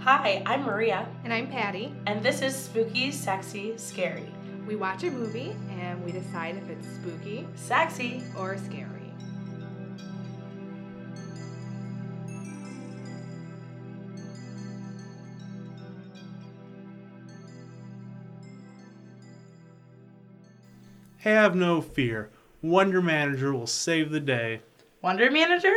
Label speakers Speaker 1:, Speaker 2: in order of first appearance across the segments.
Speaker 1: Hi, I'm Maria,
Speaker 2: And I'm Patty.
Speaker 1: and this is Spooky, Sexy, Scary.
Speaker 2: We watch a movie and we decide if it's spooky
Speaker 1: Sexy!
Speaker 2: or scary.
Speaker 3: Have no fear. Wonder Manager will save the day.
Speaker 1: Wonder Manager?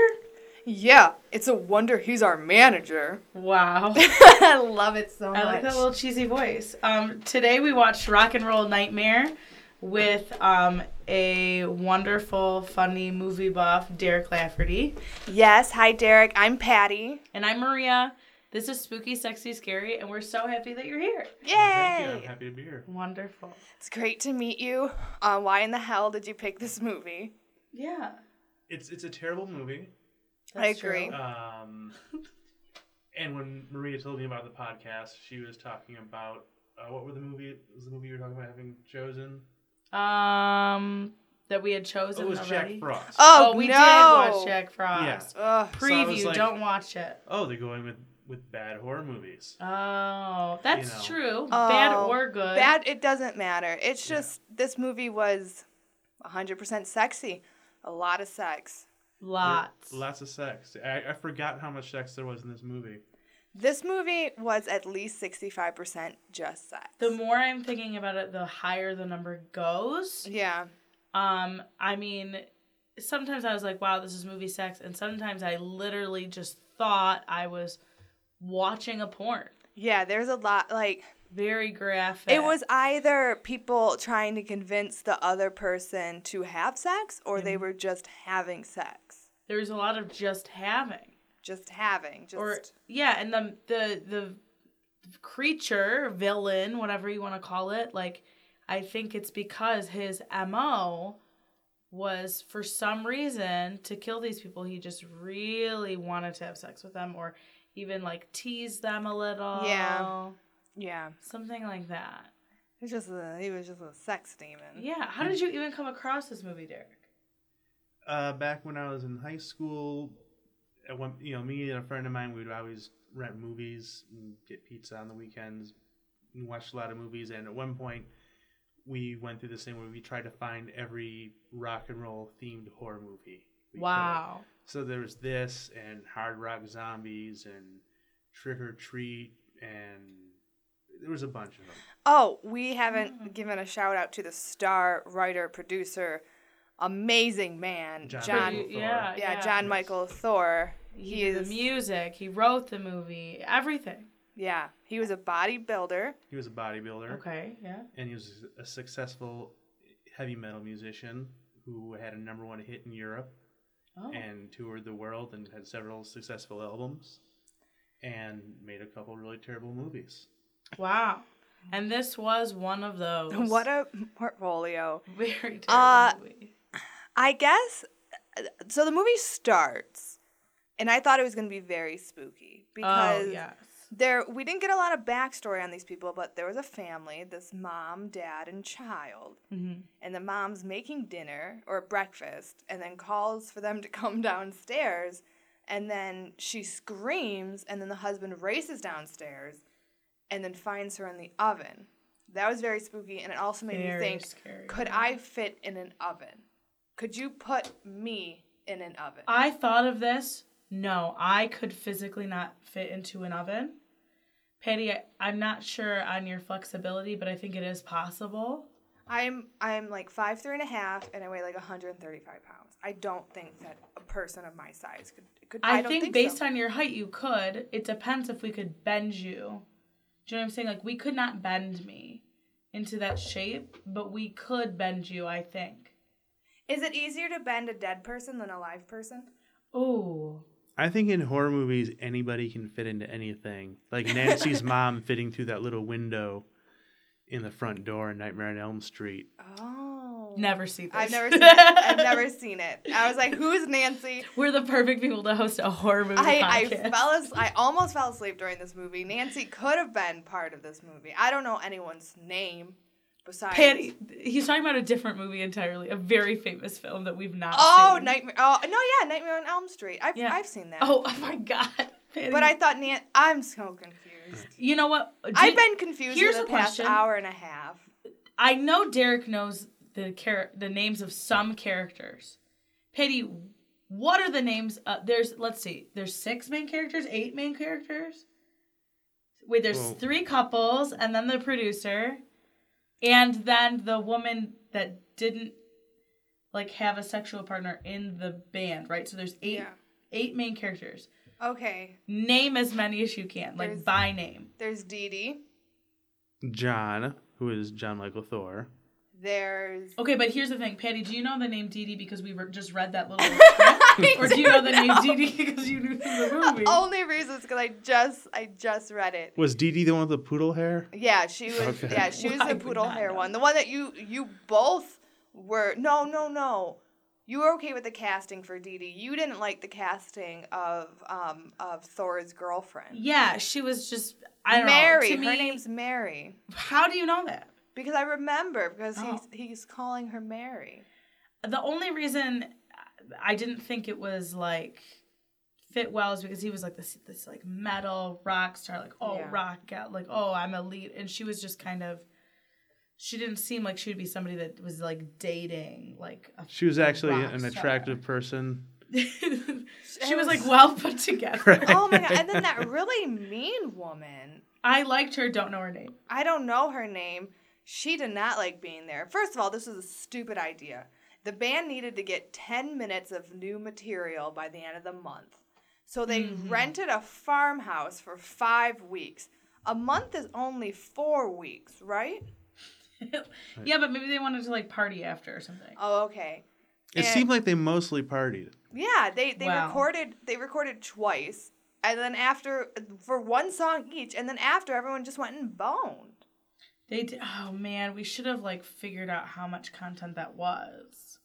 Speaker 4: Yeah, it's a wonder he's our manager.
Speaker 1: Wow.
Speaker 4: I love it so
Speaker 1: I like that little cheesy voice. Um, today we watched Rock and Roll Nightmare with um, a wonderful, funny movie buff, Derek Lafferty.
Speaker 4: Yes, hi Derek. I'm Patty.
Speaker 1: And I'm Maria. This is Spooky, Sexy, Scary, and we're so happy that you're here.
Speaker 3: Thank you. I'm
Speaker 4: Yay!
Speaker 3: happy to be here.
Speaker 1: Wonderful.
Speaker 4: It's great to meet you. Uh, why in the hell did you pick this movie?
Speaker 1: Yeah.
Speaker 3: It's it's a terrible movie.
Speaker 4: I
Speaker 1: that's true.
Speaker 4: agree.
Speaker 3: Um, and when Maria told me about the podcast, she was talking about uh, what were the movie was the movie you were talking about having chosen?
Speaker 1: Um, that we had
Speaker 3: Oh,
Speaker 1: chosen
Speaker 3: it was
Speaker 1: already.
Speaker 3: Jack Frost.
Speaker 4: Oh,
Speaker 1: we
Speaker 4: no.
Speaker 1: did watch Jack Frost.
Speaker 3: Yeah.
Speaker 4: Ugh.
Speaker 3: So I was
Speaker 1: Preview,
Speaker 3: like-
Speaker 1: don't watch it.
Speaker 3: Oh, they're going with with bad horror movies.
Speaker 1: Oh, that's
Speaker 3: know.
Speaker 1: true. Bad
Speaker 4: Oh,
Speaker 1: or good.
Speaker 4: Bad. It doesn't matter. It's
Speaker 3: Yeah.
Speaker 4: just this movie was 100% sexy. A lot of sex.
Speaker 1: Lots.
Speaker 3: There- lots of sex. I, I forgot how much sex there was in this movie.
Speaker 4: This movie was at least 65% just sex.
Speaker 1: The more I'm thinking about it, the higher the number goes.
Speaker 4: yeah.
Speaker 1: Um, I mean, sometimes I was like, wow, this is movie sex. And sometimes I literally just thought I was watching a porn.
Speaker 4: Yeah, there's a lot like
Speaker 1: Very graphic.
Speaker 4: It was either people trying to convince the other person to have sex or
Speaker 1: Mm-hmm.
Speaker 4: they were just having sex.
Speaker 1: There was a lot of just having.
Speaker 4: Just having. Just
Speaker 1: or yeah and the the the creature villain whatever you want to call it like i think it's because his mo was for some reason to kill these people he just really wanted to have sex with them or even like tease them a little
Speaker 4: Yeah. yeah.
Speaker 1: something like that
Speaker 4: It was just a, he was just a sex demon.
Speaker 1: yeah how did you even come across this movie derek
Speaker 3: Uh, back when I was in high school, at one, you know, me and a friend of mine, we'd always rent movies, and get pizza on the weekends, and watch a lot of movies. And at one point, we went through this thing where we tried to find every rock and roll themed horror movie. we could.
Speaker 1: wow
Speaker 3: So there was this, and Hard Rock Zombies, and Trick or Treat, and there was a bunch of them.
Speaker 4: Oh, we haven't
Speaker 1: Hmm.
Speaker 4: given a shout out to the star writer producer amazing man
Speaker 3: John
Speaker 4: John,
Speaker 3: Michael Thor.
Speaker 1: yeah,
Speaker 4: yeah, John Michael Thor.
Speaker 1: he,
Speaker 4: He
Speaker 1: did
Speaker 4: is
Speaker 1: the music he wrote the movie everything
Speaker 4: yeah, he was a bodybuilder.
Speaker 3: He was a bodybuilder.
Speaker 1: okay yeah
Speaker 3: and he was a successful heavy metal musician who had a number one hit in Europe
Speaker 1: oh
Speaker 3: and toured the world and had several successful albums and made a couple really terrible movies.
Speaker 1: Wow. And this was one of those.
Speaker 4: What a portfolio.
Speaker 1: very terrible
Speaker 4: Uh,
Speaker 1: movie. Oh,
Speaker 4: I guess uh, so. The movie starts, and I thought it was going to be very spooky
Speaker 1: Oh,
Speaker 4: because
Speaker 1: yes.
Speaker 4: there we didn't get a lot of backstory on these people, but there was a family: this mom, dad, and child.
Speaker 1: Mhm.
Speaker 4: And the mom's making dinner or breakfast, and then calls for them to come downstairs. And then she screams, and then the husband races downstairs, and then finds her in the oven. That was very spooky, and it also made
Speaker 1: Very
Speaker 4: me think:
Speaker 1: scary.
Speaker 4: could I fit in an oven? Could you put me in an oven?
Speaker 1: I thought of this. No, I could physically not fit into an oven. Patty, I, I'm not sure on your flexibility, but I think it is possible.
Speaker 4: I'm I'm like five three and a half, and I weigh like 135 pounds. I don't think that a person of my size could could.
Speaker 1: I,
Speaker 4: I, don't
Speaker 1: think,
Speaker 4: think,
Speaker 1: based
Speaker 4: so.
Speaker 1: on your height, you could. It depends if we could bend you. Do you know what I'm saying? Like, we could not bend me into that shape, but we could bend you, I think.
Speaker 4: is it easier to bend a dead person than a live person?
Speaker 1: Ooh.
Speaker 3: I think in horror movies anybody can fit into anything. Like Nancy's mom fitting through that little window in the front door in Nightmare on Elm Street.
Speaker 4: Oh,
Speaker 1: Never see this.
Speaker 4: I've never seen it. I've never seen it. I was like, who's Nancy?
Speaker 1: We're the perfect people to host a horror movie
Speaker 4: I,
Speaker 1: podcast.
Speaker 4: I fell as, I almost fell asleep during this movie. Nancy could have been part of this movie. I don't know anyone's name besides
Speaker 1: Patty, he's talking about a different movie entirely, a very famous film that we've not
Speaker 4: Oh,
Speaker 1: seen.
Speaker 4: Nightmare. Oh, no, yeah, Nightmare on Elm Street. I've,
Speaker 1: Yeah.
Speaker 4: I've seen that.
Speaker 1: Oh, oh my oh God. Patty.
Speaker 4: But I thought Nan. I'm so confused.
Speaker 2: confused.
Speaker 1: You know what? Do
Speaker 4: I've
Speaker 1: you-
Speaker 4: been confused
Speaker 1: here's
Speaker 4: for the
Speaker 1: a
Speaker 4: past
Speaker 1: question.
Speaker 4: hour and a half.
Speaker 1: I know Derek knows the char- the names of some characters. Pity, what are the names? Of, there's let's see. There's six main characters, eight main characters. Wait, there's
Speaker 3: Well-
Speaker 1: three couples, and then the producer, and then the woman that didn't like have a sexual partner in the band, right? So there's eight
Speaker 4: Yeah.
Speaker 1: eight main characters.
Speaker 4: Okay,
Speaker 1: Name as many as you can, like
Speaker 4: There's-
Speaker 1: by name.
Speaker 4: there's Dee Dee.
Speaker 3: John, who is John Michael Thor.
Speaker 4: There's
Speaker 1: Okay, but here's the thing, Patty. Do you know the name Dee Dee because we were just read that little script, or do you know the name Dee Dee Oh. because you knew from the movie?
Speaker 4: only reasons because I just I just read it.
Speaker 3: Was Dee Dee the one with the poodle hair?
Speaker 4: Yeah, she was.
Speaker 3: Okay.
Speaker 4: Yeah, she was
Speaker 1: Well, I
Speaker 4: the
Speaker 1: would
Speaker 4: poodle
Speaker 1: not
Speaker 4: hair
Speaker 1: know.
Speaker 4: one, the one that you you both were. No, no, no. You were okay with the casting for Dee Dee. You didn't like the casting of um of Thor's girlfriend.
Speaker 1: Yeah, she was just I don't
Speaker 4: Mary.
Speaker 1: know. To
Speaker 4: her
Speaker 1: me,
Speaker 4: name's Mary.
Speaker 1: How do you know that?
Speaker 4: Because I remember because
Speaker 1: Oh.
Speaker 4: he's he's calling her Mary.
Speaker 1: The only reason I didn't think it was like fit well is because he was like this this like metal rock star, like oh
Speaker 4: Yeah.
Speaker 1: rock out, like oh I'm elite, and she was just kind of. She didn't seem like she would be somebody that was like dating like a
Speaker 3: She was actually
Speaker 1: rock
Speaker 3: an
Speaker 1: star.
Speaker 3: attractive person.
Speaker 1: she was
Speaker 4: was-
Speaker 1: like well put together.
Speaker 4: Oh my god! And then that really mean woman.
Speaker 1: I liked her. Don't know her name.
Speaker 4: I don't know her name. She did not like being there. First of all, this was a stupid idea. The band needed to get 10 minutes of new material by the end of the month. So they rented a farmhouse for five weeks. A month is only four weeks, right?
Speaker 1: yeah, but maybe they wanted to like party after or something.
Speaker 4: Oh, okay.
Speaker 3: It
Speaker 4: Yeah.
Speaker 3: seemed like they mostly partied.
Speaker 4: Yeah, they, they
Speaker 1: Wow.
Speaker 4: recorded they recorded twice and then after for one song each and then after everyone just went and boned.
Speaker 1: They did. Oh man, we should have like figured out how much content that was,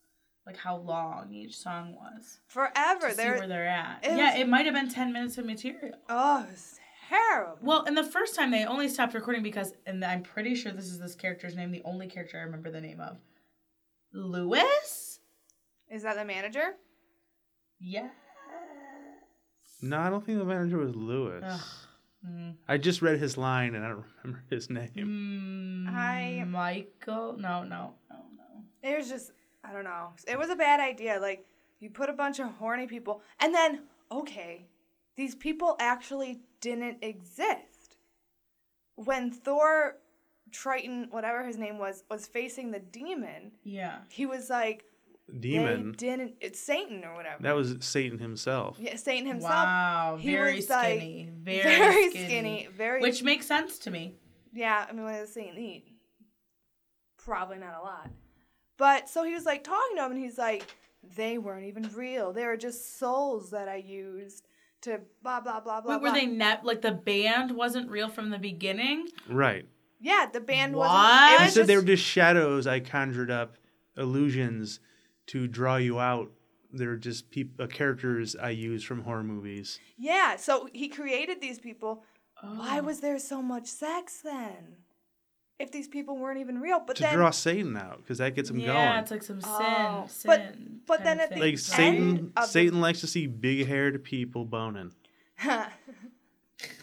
Speaker 1: like how long each song was.
Speaker 4: Forever.
Speaker 1: To see
Speaker 4: There
Speaker 1: where they're at.
Speaker 4: it
Speaker 1: yeah,
Speaker 4: was-
Speaker 1: it might have been ten minutes of material.
Speaker 4: Oh, it's terrible.
Speaker 1: Well, and the first time they only stopped recording because, and I'm pretty sure this is this character's name, the only character I remember the name of, Lewis.
Speaker 4: Is that the manager?
Speaker 1: Yeah.
Speaker 3: No, I don't think the manager was Lewis.
Speaker 1: Ugh. Mm.
Speaker 3: I just read his line and I don't remember his name.
Speaker 1: Mm,
Speaker 4: I-
Speaker 1: Michael. No, no, no, no.
Speaker 4: It was just, I don't know. It was a bad idea. Like, you put a bunch of horny people, and then, okay, these people actually didn't exist. When Thor, Triton, whatever his name was, was facing the demon,
Speaker 1: Yeah.
Speaker 4: he was like,
Speaker 3: Demon.
Speaker 4: They didn't, it's Satan or whatever.
Speaker 3: That was Satan himself.
Speaker 4: yeah, Satan himself.
Speaker 1: Wow,
Speaker 4: he
Speaker 1: very
Speaker 4: was, like,
Speaker 1: skinny, very,
Speaker 4: Very
Speaker 1: skinny,
Speaker 4: skinny. very.
Speaker 1: which makes sense to me.
Speaker 4: Yeah, I mean, what does Satan eat? Probably not a lot. But so he was like talking to him, and he's like, they weren't even real. They were just souls that I used to blah, blah, blah, blah.
Speaker 1: Wait, were
Speaker 4: blah."
Speaker 1: they net like the band wasn't real from the beginning?
Speaker 3: Right.
Speaker 4: Yeah, the band
Speaker 1: What?
Speaker 4: wasn't. It
Speaker 3: I
Speaker 4: was
Speaker 3: said
Speaker 4: just,
Speaker 3: they were just shadows I conjured up, illusions to draw you out. They're just peop- uh, characters I use from horror movies.
Speaker 4: yeah, so he created these people. Why
Speaker 1: Oh.
Speaker 4: was there so much sex then? If these people weren't even real, but
Speaker 3: to
Speaker 4: then
Speaker 3: draw Satan out because that gets him
Speaker 1: yeah,
Speaker 3: going.
Speaker 1: it's like some sin,
Speaker 4: Oh,
Speaker 1: sin.
Speaker 4: but- but
Speaker 1: kinda
Speaker 4: then at the
Speaker 1: thing.
Speaker 4: end
Speaker 3: like Satan, Satan likes to see big-haired people boning.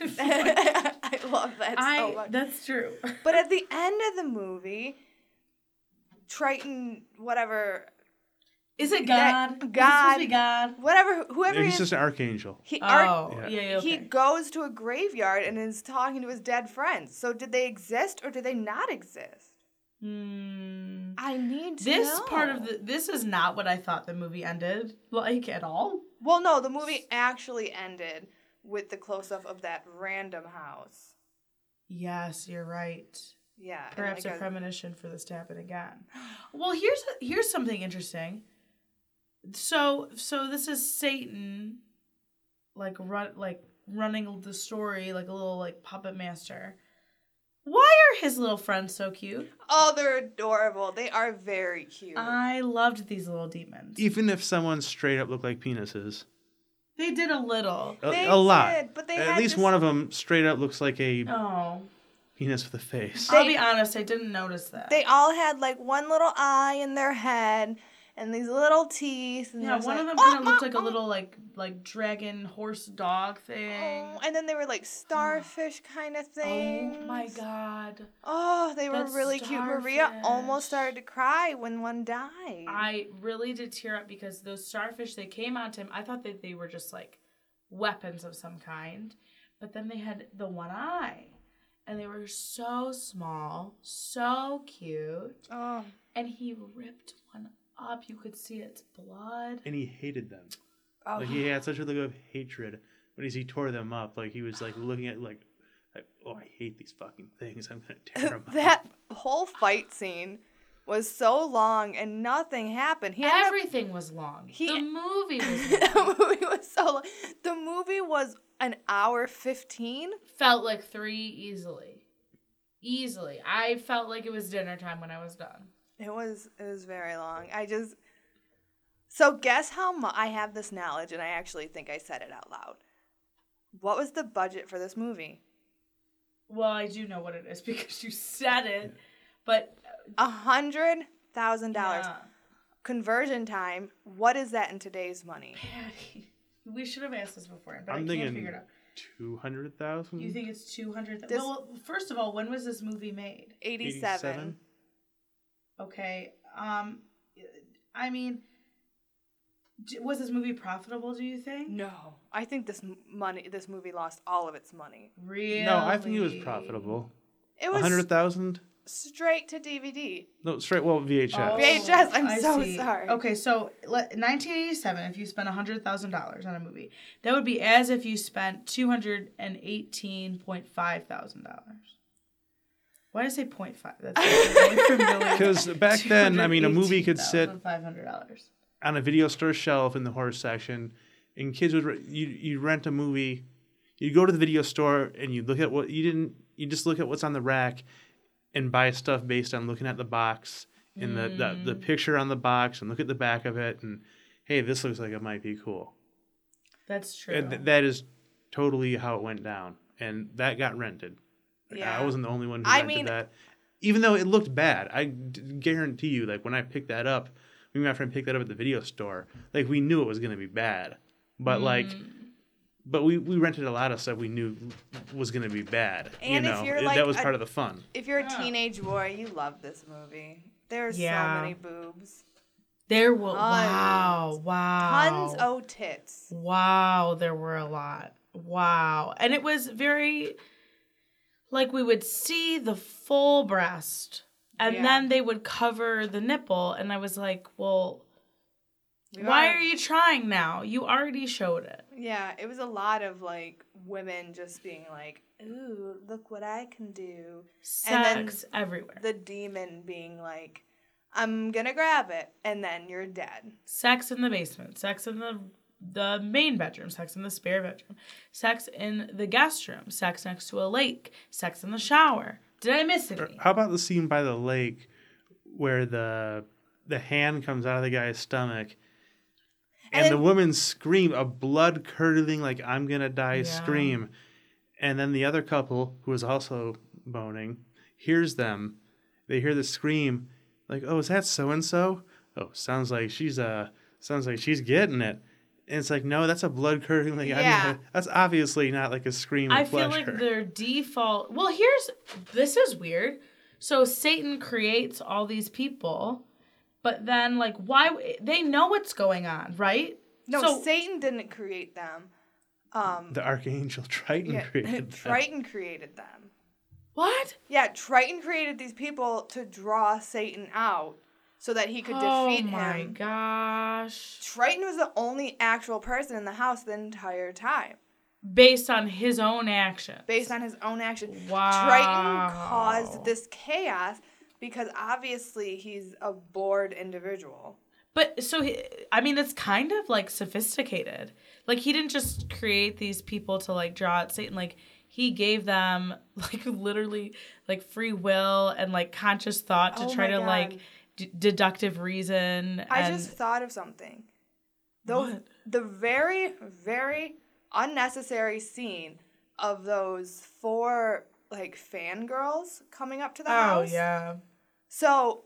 Speaker 4: I love that so
Speaker 1: I
Speaker 4: much.
Speaker 1: that's true.
Speaker 4: But at the end of the movie, Triton, whatever,
Speaker 1: Is it God?
Speaker 4: That-
Speaker 1: Is it supposed to
Speaker 4: God.
Speaker 1: be God.
Speaker 4: whatever, whoever
Speaker 3: Yeah,
Speaker 4: he
Speaker 3: he's
Speaker 4: is,
Speaker 3: just an archangel.
Speaker 4: he,
Speaker 1: Oh, yeah,
Speaker 3: Yeah.
Speaker 1: yeah.
Speaker 4: he
Speaker 1: okay.
Speaker 4: goes to a graveyard and is talking to his dead friends. So did they exist or did they not exist?
Speaker 1: Hmm.
Speaker 4: I need to
Speaker 1: This part of
Speaker 4: know.
Speaker 1: the this is not what I thought the movie ended like at all.
Speaker 4: well, no, the movie actually ended with the close up of that random house.
Speaker 1: Yes, you're right.
Speaker 4: Yeah, and
Speaker 1: Perhaps
Speaker 4: like
Speaker 1: a
Speaker 4: a-
Speaker 1: premonition for this to happen again. Well, here's here's something interesting. So so this is Satan, like run like running the story like a little like puppet master. Why are his little friends so cute?
Speaker 4: oh, they're adorable. They are very cute.
Speaker 1: I loved these little demons.
Speaker 3: Even if someone straight up looked like penises,
Speaker 1: They did a little.
Speaker 3: a,
Speaker 4: They
Speaker 3: a lot.
Speaker 4: did, but they
Speaker 3: At
Speaker 4: had
Speaker 3: least
Speaker 4: this-
Speaker 3: one of them straight up looks like a
Speaker 1: Oh,
Speaker 3: penis with a face.
Speaker 1: I'll
Speaker 4: They-
Speaker 1: be honest, I didn't notice that.
Speaker 4: They all had like one little eye in their head, and these little teeth. And
Speaker 1: Yeah,
Speaker 4: there's
Speaker 1: one of
Speaker 4: like,
Speaker 1: them
Speaker 4: "Oh,
Speaker 1: kind of looked
Speaker 4: mom,
Speaker 1: like a
Speaker 4: mom,
Speaker 1: little like like dragon horse dog thing.
Speaker 4: oh," and then they were like starfish kind of thing.
Speaker 1: Oh my god.
Speaker 4: Oh, they were
Speaker 1: That
Speaker 4: really cute. Maria almost
Speaker 1: starfish.
Speaker 4: started to cry when one died.
Speaker 1: I really did tear up because those starfish they came onto him. I thought that they were just like weapons of some kind, but then they had the one eye, and they were so small, so cute,
Speaker 4: oh,
Speaker 1: and he ripped one up. You could see its blood.
Speaker 3: and he hated them.
Speaker 4: oh.
Speaker 3: Like he had such a look of hatred when he tore them up. Like he was like looking at like, like oh, I hate these fucking things. I'm gonna tear them
Speaker 4: that
Speaker 3: up.
Speaker 4: whole fight scene was so long and nothing happened. He ended up-
Speaker 1: Everything was long.
Speaker 4: He-
Speaker 1: the movie was long.
Speaker 4: the movie was so long. The movie was an hour 15.
Speaker 1: felt like three easily. Easily. I felt like it was dinner time when I was done.
Speaker 4: It was it was very long. I just So guess how much I have this knowledge and I actually think I said it out loud. What was the budget for this movie?
Speaker 1: Well, I do know what it is because you said it, but uh,
Speaker 4: A hundred thousand dollars.
Speaker 1: Yeah.
Speaker 4: Conversion time. What is that in today's money?
Speaker 1: Patty, we should have asked this before, but i
Speaker 3: I'm
Speaker 1: can't
Speaker 3: thinking
Speaker 1: figure it out.
Speaker 3: two hundred thousand.
Speaker 1: You think it's two hundred?
Speaker 4: This-
Speaker 1: Well, first of all, when was this movie made?
Speaker 4: Eighty-seven.
Speaker 1: Okay, um, I mean, d- was this movie profitable? Do you think?
Speaker 4: No, I think this m- money, this movie lost all of its money.
Speaker 1: Really?
Speaker 3: No, I think it was profitable.
Speaker 4: It
Speaker 3: A
Speaker 4: was
Speaker 3: hundred thousand.
Speaker 4: straight to DVD.
Speaker 3: No, straight. Well, VHS.
Speaker 1: Oh,
Speaker 4: VHS, I'm so
Speaker 1: see.
Speaker 4: sorry.
Speaker 1: Okay, so let- 1987, if you spent $100,000 on a movie, that would be as if you spent $218.5 thousand dollars. Why did I say point five? That's
Speaker 3: Because back then, I mean, a movie could sit
Speaker 1: five hundred dollars.
Speaker 3: on a video store shelf in the horror section, and kids would re- you you rent a movie, you go to the video store and you look at what you didn't you just look at what's on the rack, and buy stuff based on looking at the box and the, the the picture on the box and look at the back of it and hey this looks like it might be cool
Speaker 1: That's true.
Speaker 3: and th- that is totally how it went down and that got rented. Like,
Speaker 4: Yeah.
Speaker 3: I wasn't the only one who
Speaker 4: I
Speaker 3: rented
Speaker 4: mean-
Speaker 3: that. Even though it looked bad, I d- guarantee you, like when I picked that up, me and my friend picked that up at the video store. Like we knew it was gonna be bad,
Speaker 4: Mm.
Speaker 3: but like, but we we rented a lot of stuff we knew was gonna be bad.
Speaker 4: And
Speaker 3: you
Speaker 4: if
Speaker 3: know,
Speaker 4: you're,
Speaker 3: It-
Speaker 4: like,
Speaker 3: that was
Speaker 4: a-
Speaker 3: part of the fun.
Speaker 4: If you're a
Speaker 1: Yeah.
Speaker 4: teenage boy, you love this movie. There's
Speaker 1: Yeah.
Speaker 4: so many boobs,
Speaker 1: there were
Speaker 4: Tons.
Speaker 1: wow, wow,
Speaker 4: tons of oh tits.
Speaker 1: Wow, there were a lot. Wow. And it was very like we would see the full breast and
Speaker 4: Yeah.
Speaker 1: then they would cover the nipple and I was like, "Well,
Speaker 4: We
Speaker 1: why
Speaker 4: are-
Speaker 1: are you trying now? You already showed it."
Speaker 4: Yeah, it was a lot of like women just being like, "Ooh, look what I can do." And then
Speaker 1: Sex everywhere.
Speaker 4: The demon being like, "I'm gonna grab it," and then you're dead.
Speaker 1: sex in the basement, sex in the the main bedroom, sex in the spare bedroom, sex in the guest room, sex next to a lake, sex in the shower. Did I miss any?
Speaker 3: How about the scene by the lake where the the hand comes out of the guy's stomach and,
Speaker 4: And
Speaker 3: the
Speaker 4: then-
Speaker 3: woman scream a blood curdling like I'm gonna die
Speaker 1: Yeah.
Speaker 3: scream. And then the other couple who is also boning hears them. They hear the scream, like, Oh, is that so and so? Oh, sounds like she's uh sounds like she's getting it. And it's like, no, that's a blood curdling like I'm
Speaker 4: Yeah.
Speaker 3: gonna- that's obviously not like a scream of
Speaker 1: I feel like
Speaker 3: pleasure.
Speaker 1: their default. Well, here's this is weird. So Satan creates all these people, but then like why they know what's going on, right?
Speaker 4: No,
Speaker 1: So-
Speaker 4: Satan didn't create them. Um,
Speaker 3: the Archangel Triton
Speaker 4: yeah,
Speaker 3: created that.
Speaker 4: Triton created them.
Speaker 1: What?
Speaker 4: Yeah, Triton created these people to draw Satan out so that he could
Speaker 1: oh
Speaker 4: defeat
Speaker 1: my
Speaker 4: him.
Speaker 1: gosh!
Speaker 4: Triton was the only actual person in the house the entire time,
Speaker 1: Based on his own action.
Speaker 4: based on his own action.
Speaker 1: Wow.
Speaker 4: Triton caused this chaos because obviously he's a bored individual.
Speaker 1: But so he, I mean, it's kind of like sophisticated. Like he didn't just create these people to like draw at Satan. Like he gave them like literally like free will and like conscious thought to
Speaker 4: Oh
Speaker 1: try
Speaker 4: my
Speaker 1: to
Speaker 4: God.
Speaker 1: like d- deductive reason.
Speaker 4: I
Speaker 1: and-
Speaker 4: just thought of something. Those
Speaker 1: What?
Speaker 4: the very very unnecessary scene of those four like fangirls coming up to the
Speaker 1: oh
Speaker 4: house.
Speaker 1: yeah.
Speaker 4: So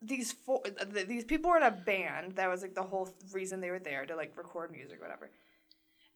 Speaker 4: these four th- these people were in a band that was like the whole reason they were there to like record music whatever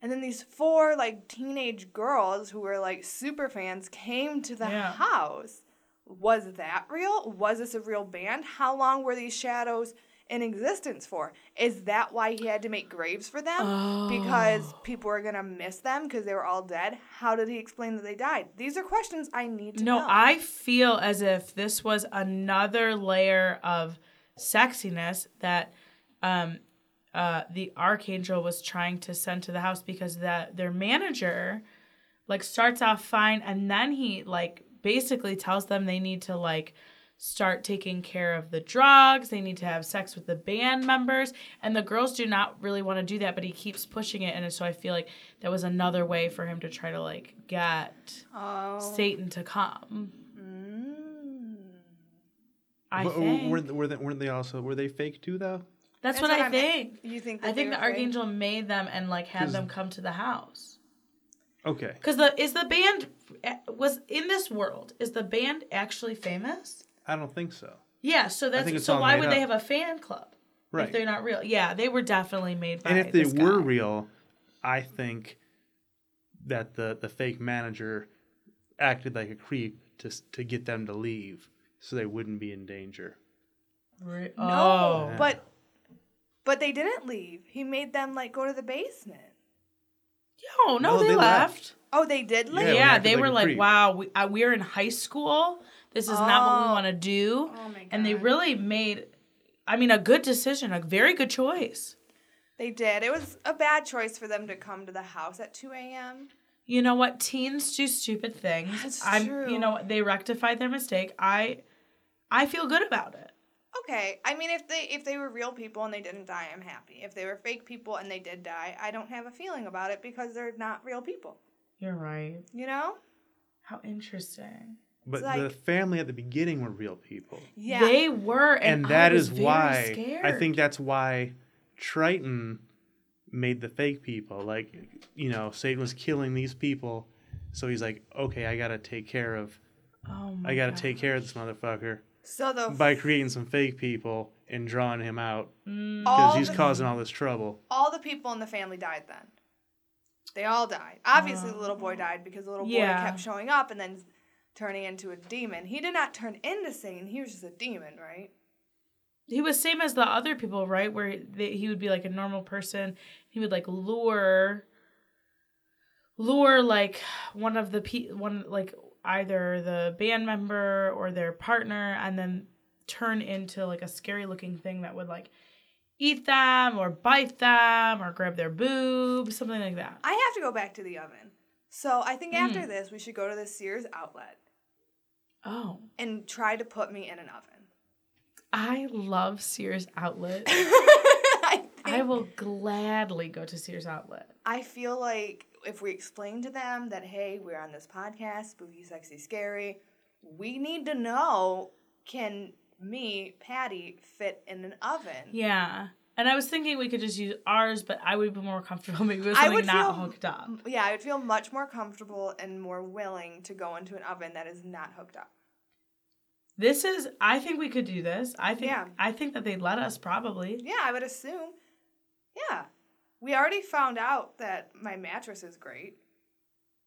Speaker 4: and then these four like teenage girls who were like super fans came to the
Speaker 1: Yeah.
Speaker 4: house was that real was this a real band how long were these shadows in existence for is that why he had to make graves for them
Speaker 1: Oh.
Speaker 4: because people were gonna miss them because they were all dead how did he explain that they died these are questions i need to
Speaker 1: No,
Speaker 4: know
Speaker 1: I feel as if this was another layer of sexiness that um, uh, the archangel was trying to send to the house because that their manager like starts off fine and then he like basically tells them they need to like start taking care of the drugs they need to have sex with the band members and the girls do not really want to do that but he keeps pushing it and so i feel like that was another way for him to try to like get
Speaker 4: oh
Speaker 1: Satan to come.
Speaker 4: Mm.
Speaker 1: I
Speaker 3: but
Speaker 1: think
Speaker 3: Were, were they, weren't they also were they fake too though?
Speaker 1: that's, what, I
Speaker 4: I'm-
Speaker 1: think.
Speaker 4: You think?
Speaker 1: I
Speaker 4: that
Speaker 1: think
Speaker 4: they
Speaker 1: the
Speaker 4: were fake?
Speaker 1: archangel made them and like had
Speaker 3: 'Cause-
Speaker 1: them come to the house.
Speaker 3: Okay.
Speaker 1: Cause the is the band eh, was in this world is the band actually famous?
Speaker 3: I don't think so.
Speaker 1: Yeah, so
Speaker 3: think
Speaker 1: that's
Speaker 3: it's
Speaker 1: so
Speaker 3: all
Speaker 1: why
Speaker 3: made
Speaker 1: would they
Speaker 3: up.
Speaker 1: have a fan club if
Speaker 3: Right.
Speaker 1: they're not real? Yeah, they were definitely made by.
Speaker 3: And if they
Speaker 1: this
Speaker 3: were
Speaker 1: guy.
Speaker 3: real, I think that the the fake manager acted like a creep to s- to get them to leave so they wouldn't be in danger.
Speaker 1: Re-
Speaker 4: No,
Speaker 1: oh,
Speaker 4: but but they didn't leave. He made them like go to the basement.
Speaker 1: no, no,
Speaker 3: No,
Speaker 1: they,
Speaker 3: they
Speaker 1: left.
Speaker 3: left.
Speaker 4: Oh, they did leave.
Speaker 1: Yeah,
Speaker 3: Yeah, we acted
Speaker 1: they
Speaker 3: like
Speaker 1: were
Speaker 3: a
Speaker 1: like,
Speaker 3: creep.
Speaker 1: "Wow, we, I, we're in high school. This is not what we
Speaker 4: Oh.
Speaker 1: want to do."
Speaker 4: Oh my god.
Speaker 1: and they really made i mean a good decision a very good choice
Speaker 4: they did. It was a bad choice for them to come to the house at two a.m.
Speaker 1: you know what teens do stupid things
Speaker 4: That's
Speaker 1: i'm you
Speaker 4: true.
Speaker 1: know what? they rectified their mistake i i feel good about it
Speaker 4: Okay, I mean if they if they were real people and they didn't die, I'm happy. If they were fake people and they did die, I don't have a feeling about it because they're not real people.
Speaker 1: you're right
Speaker 4: You know?
Speaker 1: how interesting
Speaker 3: But
Speaker 4: It's
Speaker 3: the
Speaker 4: like-
Speaker 3: family at the beginning were real people.
Speaker 4: Yeah.
Speaker 1: they were and,
Speaker 3: and that
Speaker 1: I was
Speaker 3: is
Speaker 1: very
Speaker 3: why
Speaker 1: scared.
Speaker 3: I think that's why Triton made the fake people. Like, you know, Satan was killing these people, so he's like, okay, I gotta take care of,
Speaker 1: oh my
Speaker 3: I gotta
Speaker 1: God.
Speaker 3: take care of this motherfucker
Speaker 4: so the
Speaker 3: by creating some fake people and drawing him out
Speaker 1: Mm,
Speaker 4: all
Speaker 3: because he's
Speaker 4: the,
Speaker 3: causing all this trouble.
Speaker 4: all the people in the family died then. They all died. Obviously, the little boy died because the little boy
Speaker 1: Yeah.
Speaker 4: kept showing up and then turning into a demon. He did not turn into Satan. He was just a demon, right?
Speaker 1: he was same as the other people right where they, he would be like a normal person he would like lure lure like one of the pe- one like either the band member or their partner and then turn into like a scary looking thing that would like eat them or bite them or grab their boob something like that
Speaker 4: I have to go back to the oven. So I think after this, we should go to the Sears outlet
Speaker 1: oh
Speaker 4: and try to put me in an oven.
Speaker 1: i love sears outlet
Speaker 4: I, think,
Speaker 1: i will gladly go to sears outlet
Speaker 4: I feel like if we explain to them that, hey, we're on this podcast, spooky, sexy, scary, we need to know can me, Patty, fit in an oven?
Speaker 1: Yeah. And I was thinking we could just use ours, but I would be more comfortable maybe with
Speaker 4: I
Speaker 1: something
Speaker 4: would
Speaker 1: not
Speaker 4: feel-
Speaker 1: hooked up.
Speaker 4: Um, Yeah, I would feel much more comfortable and more willing to go into an oven that is not hooked up.
Speaker 1: This is I think we could do this. I think
Speaker 4: Yeah.
Speaker 1: I think that they'd let us probably.
Speaker 4: Yeah, I would assume. Yeah. We already found out that my mattress is great.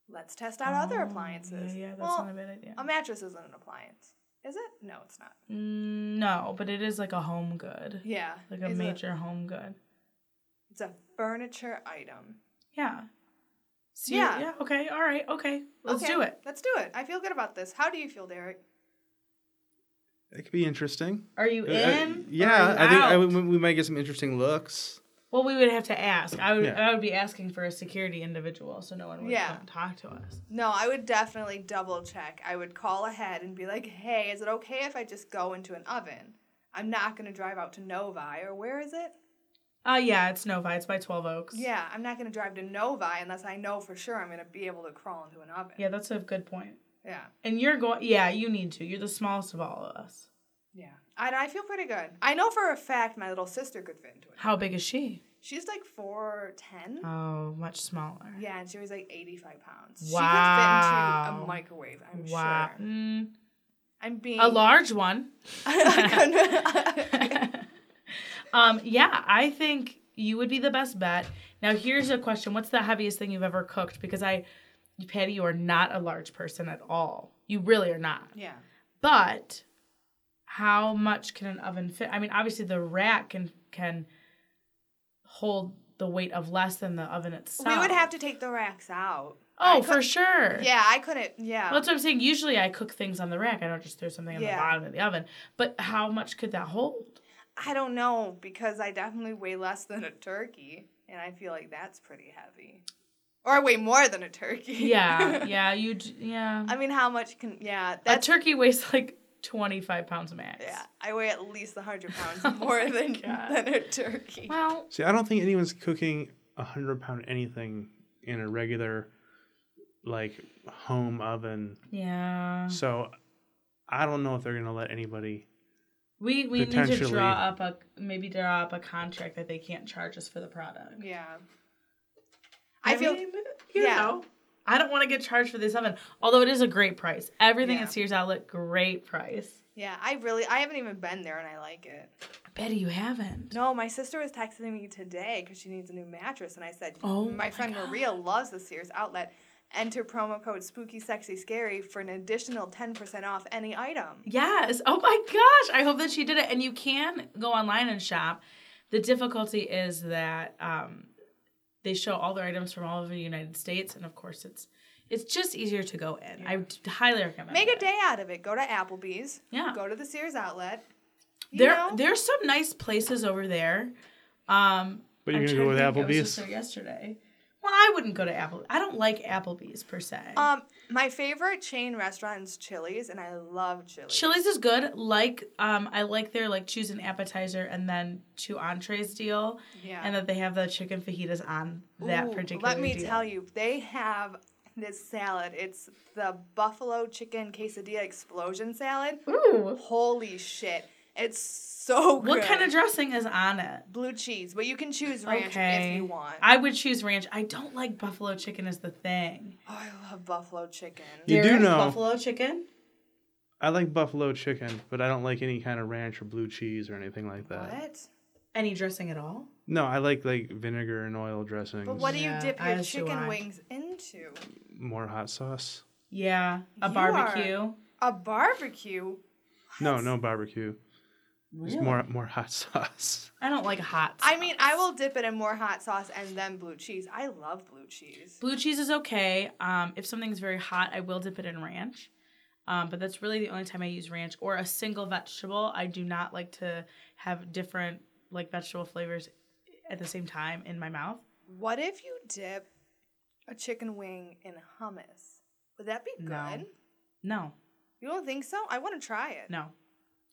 Speaker 4: Let's test out other
Speaker 1: Oh,
Speaker 4: appliances.
Speaker 1: Yeah, yeah that's
Speaker 4: well, um,
Speaker 1: not a bad idea.
Speaker 4: a mattress isn't an appliance. Is it? No, it's not.
Speaker 1: Mm, no, but it is like a home good.
Speaker 4: Yeah.
Speaker 1: Like a
Speaker 4: it's
Speaker 1: major home good.
Speaker 4: it's a furniture item.
Speaker 1: Yeah. So you-
Speaker 4: Yeah.
Speaker 1: yeah, okay, all right, okay. Let's
Speaker 4: Okay,
Speaker 1: do it.
Speaker 4: Let's do it. I feel good about this. How do you feel, Derek?
Speaker 3: It could be interesting.
Speaker 1: Are you
Speaker 3: Uh,
Speaker 1: in? or are
Speaker 3: yeah,
Speaker 1: you
Speaker 3: I think I,
Speaker 1: out?
Speaker 3: would- we might get some interesting looks.
Speaker 1: Well, we would have to ask. I would
Speaker 3: Yeah.
Speaker 1: I would be asking for a security individual so no one would
Speaker 4: Yeah.
Speaker 1: come talk to us.
Speaker 4: No, I would definitely double check. I would call ahead and be like, hey, is it okay if I just go into an oven? I'm not going to drive out to Novi, or where is it?
Speaker 1: Uh yeah, it's Novi, it's by Twelve Oaks.
Speaker 4: Yeah, I'm not going to drive to Novi unless I know for sure I'm going to be able to crawl into an oven.
Speaker 1: Yeah, that's a good point.
Speaker 4: Yeah.
Speaker 1: And you're going, yeah, you need to. You're the smallest of all of us.
Speaker 4: Yeah. I, I feel pretty good. I know for a fact my little sister could fit into it.
Speaker 1: How big is she?
Speaker 4: She's like 4'10.
Speaker 1: Oh, much smaller.
Speaker 4: Yeah, and she was like 85 pounds. She could fit into
Speaker 1: Wow.
Speaker 4: a microwave, I'm
Speaker 1: Wow.
Speaker 4: sure.
Speaker 1: Mm,
Speaker 4: I'm being
Speaker 1: A large one.
Speaker 4: I
Speaker 1: um, yeah, I think you would be the best bet. Now, here's a question: What's the heaviest thing you've ever cooked? Because I, Patty, you are not a large person at all. You really are not.
Speaker 4: yeah.
Speaker 1: But how much can an oven fit? I mean, obviously the rack can can hold the weight of less than the oven itself.
Speaker 4: We would have to take the racks out.
Speaker 1: Oh,
Speaker 4: I
Speaker 1: for sure.
Speaker 4: Yeah, I couldn't. Yeah.
Speaker 1: Well, that's what I'm saying. Usually, I cook things on the rack. I don't just throw something on the
Speaker 4: Yeah.
Speaker 1: bottom of the oven. But how much could that hold?
Speaker 4: I don't know because I definitely weigh less than a turkey, and I feel like that's pretty heavy. Or I weigh more than a turkey.
Speaker 1: Yeah, yeah, you, d- yeah.
Speaker 4: I mean, how much can? Yeah,
Speaker 1: A
Speaker 4: that's
Speaker 1: turkey weighs like 25 pounds max.
Speaker 4: yeah. I weigh at least hundred
Speaker 1: Oh
Speaker 4: pounds more
Speaker 1: my
Speaker 4: than
Speaker 1: God.
Speaker 4: than a turkey.
Speaker 1: Well,
Speaker 3: See, I don't think anyone's cooking a hundred pound anything in a regular, like, home oven.
Speaker 1: yeah.
Speaker 3: So, I don't know if they're gonna let anybody.
Speaker 1: We we need to
Speaker 3: Potentially.
Speaker 1: draw up a maybe draw up a contract that they can't charge us for the product.
Speaker 4: Yeah. I feel
Speaker 1: mean, you
Speaker 4: yeah.
Speaker 1: know. I don't want to get charged for this oven, although it is a great price. Everything
Speaker 4: Yeah.
Speaker 1: at Sears Outlet, great price.
Speaker 4: yeah. I really I haven't even been there, and I like it.
Speaker 1: Betty, you haven't.
Speaker 4: No, my sister was texting me today because she needs a new mattress, and I said,
Speaker 1: Oh
Speaker 4: my
Speaker 1: my
Speaker 4: friend
Speaker 1: God.
Speaker 4: Maria loves the Sears outlet. Enter promo code Spooky Sexy Scary for an additional ten percent off any item."
Speaker 1: Yes. Oh my gosh. I hope that she did it. And you can go online and shop. The difficulty is that um, they show all their items from all over the United States, and of course, it's it's just easier to go in. I d- highly recommend.
Speaker 4: Make a
Speaker 1: it.
Speaker 4: day out of it. Go to Applebee's.
Speaker 1: Yeah.
Speaker 4: Go to the Sears outlet. You
Speaker 1: There
Speaker 4: know?
Speaker 1: there's some nice places over there. Um,
Speaker 3: But you're
Speaker 1: I'm
Speaker 3: gonna go with
Speaker 1: trying to think. I was just
Speaker 3: Applebee's.
Speaker 1: there yesterday. Well, I wouldn't go to Apple. I don't like Applebee's per se.
Speaker 4: um, my favorite chain restaurant is Chili's, and I love Chili's.
Speaker 1: Chili's is good. Like, um, I like their like choose an appetizer and then two entrees deal.
Speaker 4: Yeah.
Speaker 1: and that they have the chicken fajitas on that
Speaker 4: Ooh,
Speaker 1: particular.
Speaker 4: Let me
Speaker 1: deal.
Speaker 4: tell you, they have this salad. It's the buffalo chicken quesadilla explosion salad.
Speaker 1: Ooh,
Speaker 4: Holy shit! It's so good.
Speaker 1: what kind of dressing is on it?
Speaker 4: blue cheese? But you can choose ranch
Speaker 1: Okay.
Speaker 4: if you want.
Speaker 1: I would choose ranch. I don't like buffalo chicken as the thing.
Speaker 4: oh, I love buffalo chicken.
Speaker 3: You do
Speaker 1: Derek,
Speaker 3: know-
Speaker 1: buffalo chicken.
Speaker 3: I like buffalo chicken, but I don't like any kind of ranch or blue cheese or anything like that.
Speaker 4: What?
Speaker 1: Any dressing at all?
Speaker 3: No, I like like vinegar and oil dressings.
Speaker 4: But what do
Speaker 1: Yeah,
Speaker 4: you dip
Speaker 1: I
Speaker 4: your
Speaker 1: see
Speaker 4: chicken
Speaker 1: why.
Speaker 4: wings into?
Speaker 3: More hot sauce?
Speaker 1: Yeah, a
Speaker 4: You
Speaker 1: barbecue.
Speaker 4: A barbecue.
Speaker 3: No,
Speaker 4: What?
Speaker 3: no barbecue. It's more more hot sauce.
Speaker 1: I don't like hot.
Speaker 4: I mean, I
Speaker 1: sauce.
Speaker 4: will dip it in more hot sauce and then blue cheese. I love blue cheese.
Speaker 1: Blue cheese is okay. Um, if something's very hot, I will dip it in ranch. Um, but that's really the only time I use ranch or a single vegetable. I do not like to have different like vegetable flavors at the same time in my mouth.
Speaker 4: What if you dip a chicken wing in hummus? Would that be good?
Speaker 1: No. No,
Speaker 4: You don't think so? I want to try it.
Speaker 1: no.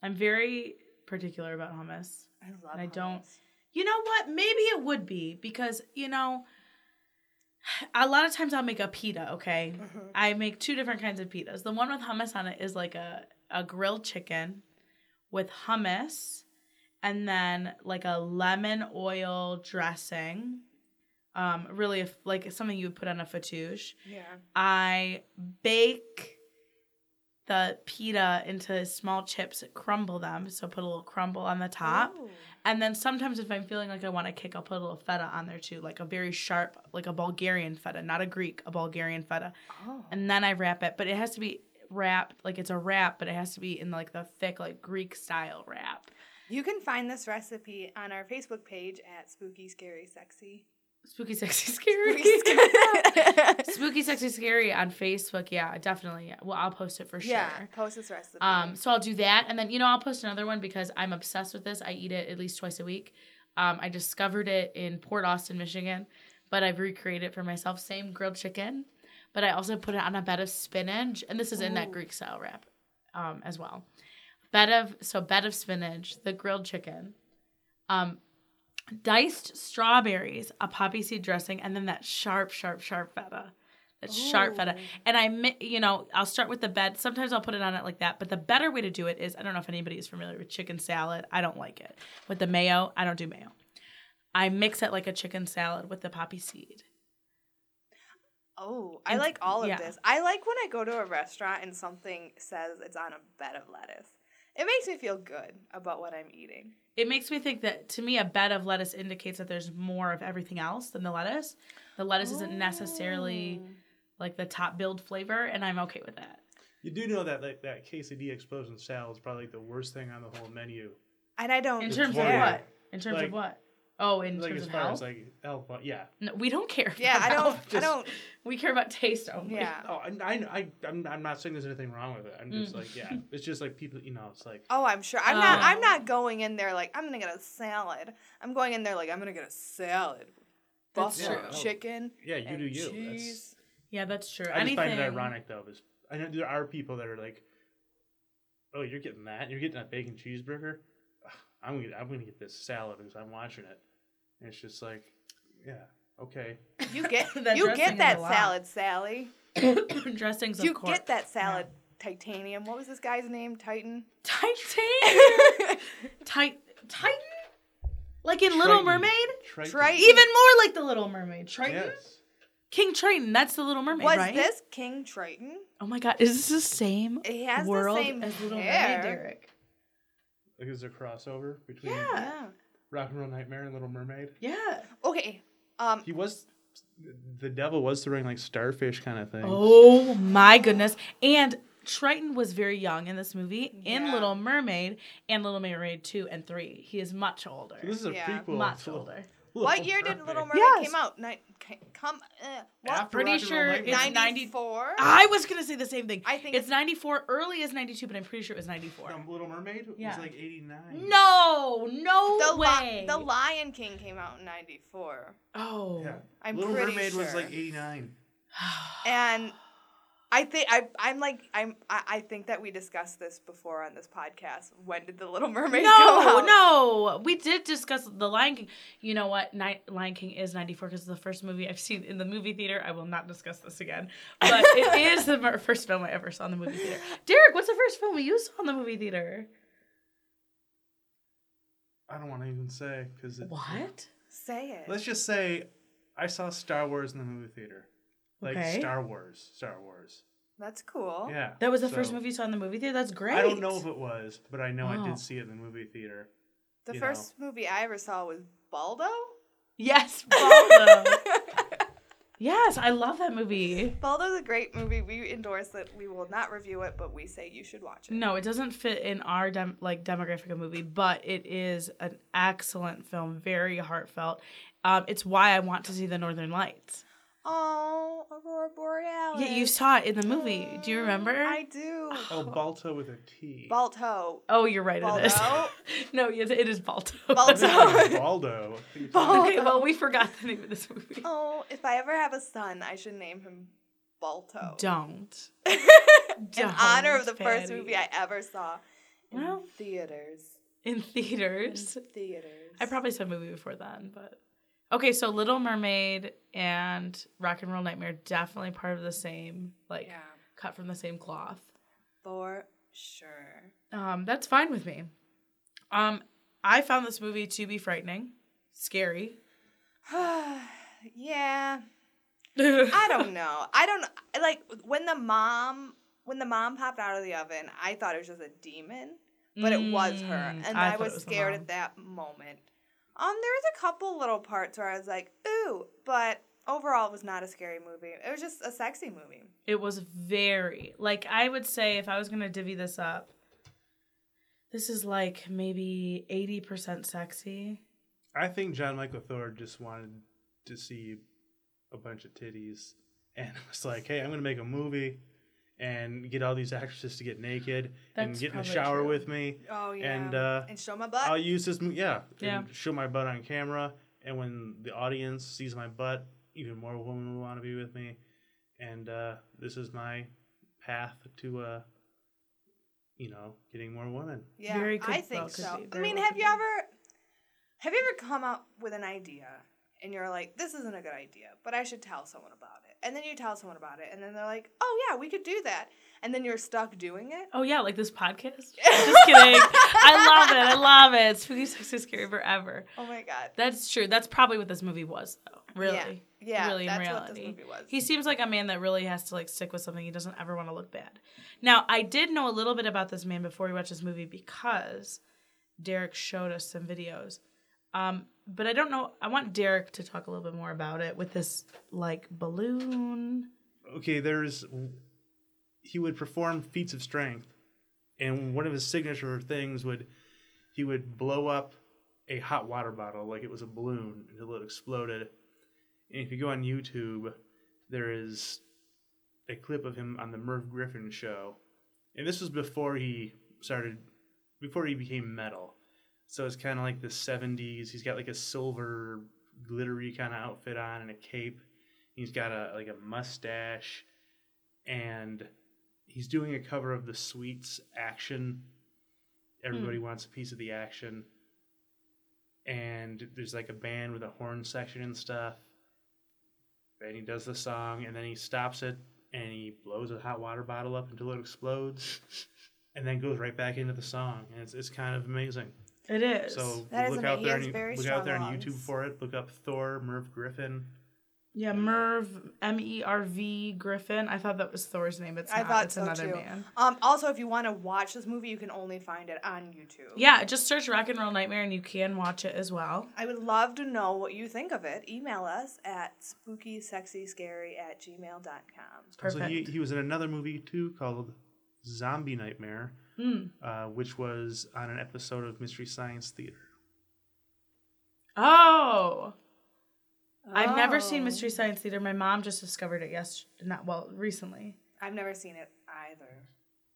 Speaker 1: I'm very particular about hummus.
Speaker 4: I love.
Speaker 1: And I don't-
Speaker 4: hummus.
Speaker 1: You know what? Maybe it would be because, you know, a lot of times I'll make a pita, okay? I make two different kinds of pitas. The one with hummus on it is like a, a grilled chicken with hummus and then like a lemon oil dressing. Um, really, if, like something you would put on a fattoush.
Speaker 4: Yeah.
Speaker 1: I bake the pita into small chips, crumble them, so put a little crumble on the top.
Speaker 4: Ooh.
Speaker 1: And then sometimes if I'm feeling like I want to kick, I'll put a little feta on there too, like a very sharp, like a Bulgarian feta, not a Greek, a Bulgarian feta.
Speaker 4: Oh.
Speaker 1: And then I wrap it, but it has to be wrapped like it's a wrap, but it has to be in like the thick, like Greek style wrap.
Speaker 4: You can find this recipe on our Facebook page at Spooky Scary Sexy.
Speaker 1: Spooky, sexy, scary. Spooky, sexy, scary on Facebook. Yeah, definitely. Well, I'll post it for sure.
Speaker 4: Yeah. Post this recipe.
Speaker 1: Um, so I'll do that, and then you know I'll post another one because I'm obsessed with this. I eat it at least twice a week. Um, I discovered it in Port Austin, Michigan, but I've recreated it for myself. Same grilled chicken, but I also put it on a bed of spinach, and this is in that
Speaker 4: Ooh.
Speaker 1: Greek style wrap, um, as well. Bed of so bed of spinach, the grilled chicken, um, diced strawberries, a poppy seed dressing, and then that sharp, sharp, sharp feta. That sharp feta.
Speaker 4: Ooh.
Speaker 1: And I, mi- you know, I'll start with the bed. Sometimes I'll put it on it like that. But the better way to do it is I don't know if anybody is familiar with chicken salad. I don't like it. With the mayo, I don't do mayo. I mix it like a chicken salad with the poppy seed.
Speaker 4: Oh, I
Speaker 1: And-
Speaker 4: like all of
Speaker 1: yeah.
Speaker 4: this. I like when I go to a restaurant and something says it's on a bed of lettuce. It makes me feel good about what I'm eating.
Speaker 1: It makes me think that to me, a bed of lettuce indicates that there's more of everything else than the lettuce. The lettuce isn't
Speaker 3: Oh.
Speaker 1: necessarily like the top build flavor, and I'm okay with that.
Speaker 3: You do know that like, that quesadilla explosion salad is probably the worst thing on the whole menu.
Speaker 4: And I don't.
Speaker 1: In
Speaker 3: It's
Speaker 1: terms of
Speaker 3: boring.
Speaker 1: what? In terms
Speaker 3: Like-
Speaker 1: of what? Oh, in
Speaker 3: like
Speaker 1: terms
Speaker 3: as
Speaker 1: of
Speaker 3: far
Speaker 1: health.
Speaker 3: as like health, but yeah.
Speaker 1: no, we don't care.
Speaker 4: Yeah,
Speaker 1: about
Speaker 4: I don't.
Speaker 1: health.
Speaker 4: I
Speaker 3: just-
Speaker 4: don't.
Speaker 1: We care about taste only.
Speaker 4: Yeah.
Speaker 3: Oh, I, I, I I'm, I'm not saying there's anything wrong with it. I'm just
Speaker 1: Mm.
Speaker 3: like, yeah, it's just like people, you know, it's like
Speaker 4: Oh, I'm sure. I'm not.
Speaker 1: Oh.
Speaker 4: I'm not going in there like I'm gonna get a salad. I'm going in there like I'm gonna get a salad.
Speaker 1: That's
Speaker 4: Buffalo
Speaker 3: true.
Speaker 4: chicken.
Speaker 3: Yeah, you
Speaker 4: and
Speaker 3: do you. That's-
Speaker 4: Cheese.
Speaker 1: Yeah, that's true.
Speaker 3: I just
Speaker 1: Anything.
Speaker 3: find it ironic though. Is I know there are people that are like, "Oh, you're getting that? You're getting a bacon cheeseburger? Ugh, I'm gonna I'm gonna get this salad because I'm watching it." And it's just like, yeah, okay.
Speaker 4: You get.
Speaker 1: That
Speaker 4: you
Speaker 1: dressing
Speaker 4: get
Speaker 1: is
Speaker 4: that
Speaker 1: a lot.
Speaker 4: salad, Sally.
Speaker 1: Dressings, of
Speaker 4: you
Speaker 1: course.
Speaker 4: get that salad. Titanium. What was this guy's name? Titan.
Speaker 1: Titan. Titan. Titan. Like in Little
Speaker 3: Triton.
Speaker 1: Mermaid.
Speaker 3: Triton.
Speaker 4: Triton.
Speaker 1: Even more like the Little Mermaid. Triton.
Speaker 3: Yes.
Speaker 1: King Triton. That's the Little Mermaid,
Speaker 4: was
Speaker 1: right?
Speaker 4: this King Triton?
Speaker 1: Oh my God! Is this the same
Speaker 4: It has
Speaker 1: world
Speaker 4: the same
Speaker 1: as Little
Speaker 4: hair.
Speaker 1: Mermaid, Derek?
Speaker 3: Like, is there a crossover between
Speaker 1: Yeah.
Speaker 4: Yeah.
Speaker 3: Rock and Roll Nightmare and Little Mermaid?
Speaker 1: Yeah.
Speaker 4: Okay. Um.
Speaker 3: He was the devil was throwing like starfish kind of thing.
Speaker 1: Oh my goodness! And Triton was very young in this movie, in
Speaker 4: Yeah.
Speaker 1: Little Mermaid and Little Mermaid two and three. He is much older.
Speaker 3: So this is a
Speaker 4: Yeah,
Speaker 3: prequel.
Speaker 1: much
Speaker 3: to
Speaker 1: older.
Speaker 3: Little
Speaker 4: What year did Little Mermaid
Speaker 1: Yes.
Speaker 4: came out? Ni- ca- come. Uh,
Speaker 3: After
Speaker 4: what?
Speaker 1: Pretty
Speaker 3: Rock and Roll
Speaker 1: sure
Speaker 3: Nightmare.
Speaker 1: it's 90
Speaker 4: Ninety four.
Speaker 1: I was gonna say the same thing.
Speaker 4: I think
Speaker 1: it's
Speaker 4: it's-
Speaker 1: ninety four. Early as ninety two, but I'm pretty sure it was ninety four.
Speaker 3: Um, Little Mermaid was
Speaker 1: Yeah.
Speaker 3: like eighty nine.
Speaker 1: No, no
Speaker 4: The,
Speaker 1: way.
Speaker 4: Li- the Lion King came out in '94,
Speaker 1: oh,
Speaker 3: Yeah.
Speaker 4: I'm
Speaker 3: Little
Speaker 4: pretty
Speaker 3: Mermaid was
Speaker 4: sure.
Speaker 3: like eighty nine.
Speaker 4: and I think I I'm like I'm I, I think that we discussed this before on this podcast. When did the Little Mermaid
Speaker 1: no,
Speaker 4: come out?
Speaker 1: no. We did discuss the Lion King. You know what? Ni- Lion King is 94 because it's the first movie I've seen in the movie theater. I will not discuss this again. But it is the mer- first film I ever saw in the movie theater. Derek, what's the first film you saw in the movie theater?
Speaker 3: I don't want to even say because
Speaker 1: What?
Speaker 4: Say it.
Speaker 3: Let's just say I saw Star Wars in the movie theater. Like
Speaker 1: Okay. Oh,
Speaker 3: Star Wars, Star Wars.
Speaker 4: That's cool.
Speaker 3: Yeah.
Speaker 1: That was the
Speaker 3: so-
Speaker 1: first movie you Oh. saw in the movie theater? That's great.
Speaker 3: I don't know if it was, but I know I
Speaker 1: Wow.
Speaker 3: did see it in the movie theater.
Speaker 4: The
Speaker 3: You
Speaker 4: first movie I ever saw was Baldo.
Speaker 1: Yes, Baldo. yes, I love that movie.
Speaker 4: Baldo's a great movie. We endorse it. We will not review it, but we say you should watch it.
Speaker 1: No, it doesn't fit in our dem- like demographic of movie, but it is an excellent film, very heartfelt. Um, it's why I want to see the Northern Lights.
Speaker 4: Oh, Aurora Borealis.
Speaker 1: Yeah, you saw it in the movie. Do you remember?
Speaker 4: I do.
Speaker 3: Oh, Balto with a T.
Speaker 4: Balto.
Speaker 1: oh, you're right. It is.
Speaker 4: Baldo.
Speaker 1: no, yes, it is Balto.
Speaker 4: Balto.
Speaker 3: Baldo.
Speaker 1: okay, well, we forgot the name of this movie.
Speaker 4: Oh, if I ever have a son, I should name him Balto.
Speaker 1: Don't.
Speaker 4: In honor of the
Speaker 1: Don't,
Speaker 4: first
Speaker 1: Patty.
Speaker 4: movie I ever saw in
Speaker 1: Well.
Speaker 4: theaters.
Speaker 1: In theaters.
Speaker 4: Mm. Theaters.
Speaker 1: I probably saw a movie before then, but okay. So Little Mermaid and Rock and Roll Nightmare definitely part of the same, like
Speaker 4: Yeah,
Speaker 1: cut from the same cloth.
Speaker 4: for sure.
Speaker 1: Um, that's fine with me. Um, I found this movie to be frightening, scary.
Speaker 4: yeah,
Speaker 1: I
Speaker 4: I don't know. I don't like when the mom when the mom popped out of the oven. I thought it was just a demon, but it was her,
Speaker 1: Mm,
Speaker 4: and
Speaker 1: I
Speaker 4: I,
Speaker 1: thought it
Speaker 4: was
Speaker 1: was the
Speaker 4: scared
Speaker 1: mom.
Speaker 4: at that moment. Um, there was a couple little parts where I was like, ooh, but overall, it was not a scary movie. It was just a sexy movie.
Speaker 1: It was very like I would say if I was gonna divvy this up, this is like maybe eighty percent sexy.
Speaker 3: I think John Michael Thor just wanted to see a bunch of titties and was like, hey, I'm going to make a movie and get all these actresses to get naked and
Speaker 1: That's
Speaker 3: get in the
Speaker 1: probably
Speaker 3: shower
Speaker 1: true.
Speaker 3: with me.
Speaker 4: Oh yeah,
Speaker 3: And, uh,
Speaker 4: and show my butt.
Speaker 3: I'll use this, mo- yeah,
Speaker 1: Yeah.
Speaker 3: and show my butt on camera. And when the audience sees my butt, even more women will want to be with me. And uh, this is my path to, uh, you know, getting more women.
Speaker 4: Yeah,
Speaker 1: Very could-
Speaker 4: I
Speaker 1: well,
Speaker 4: think
Speaker 1: could
Speaker 4: so.
Speaker 1: be,
Speaker 4: I
Speaker 1: very
Speaker 4: mean,
Speaker 1: well
Speaker 4: have
Speaker 1: could
Speaker 4: you
Speaker 1: be.
Speaker 4: ever have you ever come up with an idea and you're like, this isn't a good idea, but I should tell someone about it. And then you tell someone about it, and then they're like, oh yeah, we could do that. And then you're stuck doing it.
Speaker 1: Oh yeah, like this podcast. Just kidding. I love it. I love it. Spooky, sexy, scary forever.
Speaker 4: Oh my god.
Speaker 1: That's true. That's probably what this movie was, though. Really.
Speaker 4: Yeah,
Speaker 1: really
Speaker 4: that's
Speaker 1: in reality.
Speaker 4: what this movie was.
Speaker 1: He seems like a man that really has to like stick with something. He doesn't ever want to look bad. Now, I did know a little bit about this man before we watched this movie because Derek showed us some videos. Um, but I don't know. I want Derek to talk a little bit more about it with this like balloon.
Speaker 3: okay, there's he would perform feats of strength, and one of his signature things would he would blow up a hot water bottle like it was a balloon until it exploded. And if you go on YouTube, there is a clip of him on the Merv Griffin show, and this was before he started, before he became metal. So it's kind of like the '70s. He's got like a silver, glittery kind of outfit on and a cape. He's got a like a mustache, and he's doing a cover of the Sweets action. Everybody
Speaker 4: Hmm.
Speaker 3: wants a piece of the action. And there's like a band with a horn section and stuff. And he does the song, and then he stops it, and he blows a hot water bottle up until it explodes, and then goes right back into the song. And it's it's kind of amazing.
Speaker 1: It is.
Speaker 3: So
Speaker 4: That is
Speaker 3: look out
Speaker 4: ama- he
Speaker 3: there,
Speaker 4: has
Speaker 3: and you-
Speaker 4: very
Speaker 3: look out
Speaker 4: strong
Speaker 3: there on
Speaker 4: lungs.
Speaker 3: YouTube for it. Look up Thor, Merv Griffin.
Speaker 1: yeah, Merv M E R V Griffin. I thought that was Thor's name. It's
Speaker 4: I
Speaker 1: not.
Speaker 4: thought
Speaker 1: it's
Speaker 4: so
Speaker 1: another
Speaker 4: too.
Speaker 1: man.
Speaker 4: Um, also, if you want to watch this movie, you can only find it on YouTube.
Speaker 1: Yeah, just search Rock and Roll Nightmare and you can watch it as well.
Speaker 4: I would love to know what you think of it. Email us at spookysexyscary at gmail.com.
Speaker 1: Perfect.
Speaker 3: So he, he was in another movie too called Zombie Nightmare,
Speaker 1: Hmm.
Speaker 3: uh, which was on an episode of Mystery Science Theater.
Speaker 1: Oh. I've never
Speaker 4: Oh.
Speaker 1: seen Mystery Science Theater. My mom just discovered it yes not well, recently.
Speaker 4: I've never seen it either.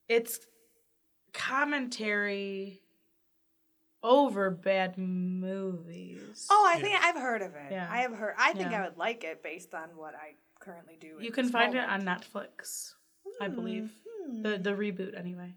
Speaker 1: It's commentary over bad movies.
Speaker 4: Oh, I think I've heard of it.
Speaker 1: Yeah.
Speaker 4: I have heard. I think
Speaker 1: Yeah.
Speaker 4: I would like it based on what I currently do.
Speaker 1: you can find it on Netflix, I believe.
Speaker 4: Hmm.
Speaker 1: The the reboot anyway.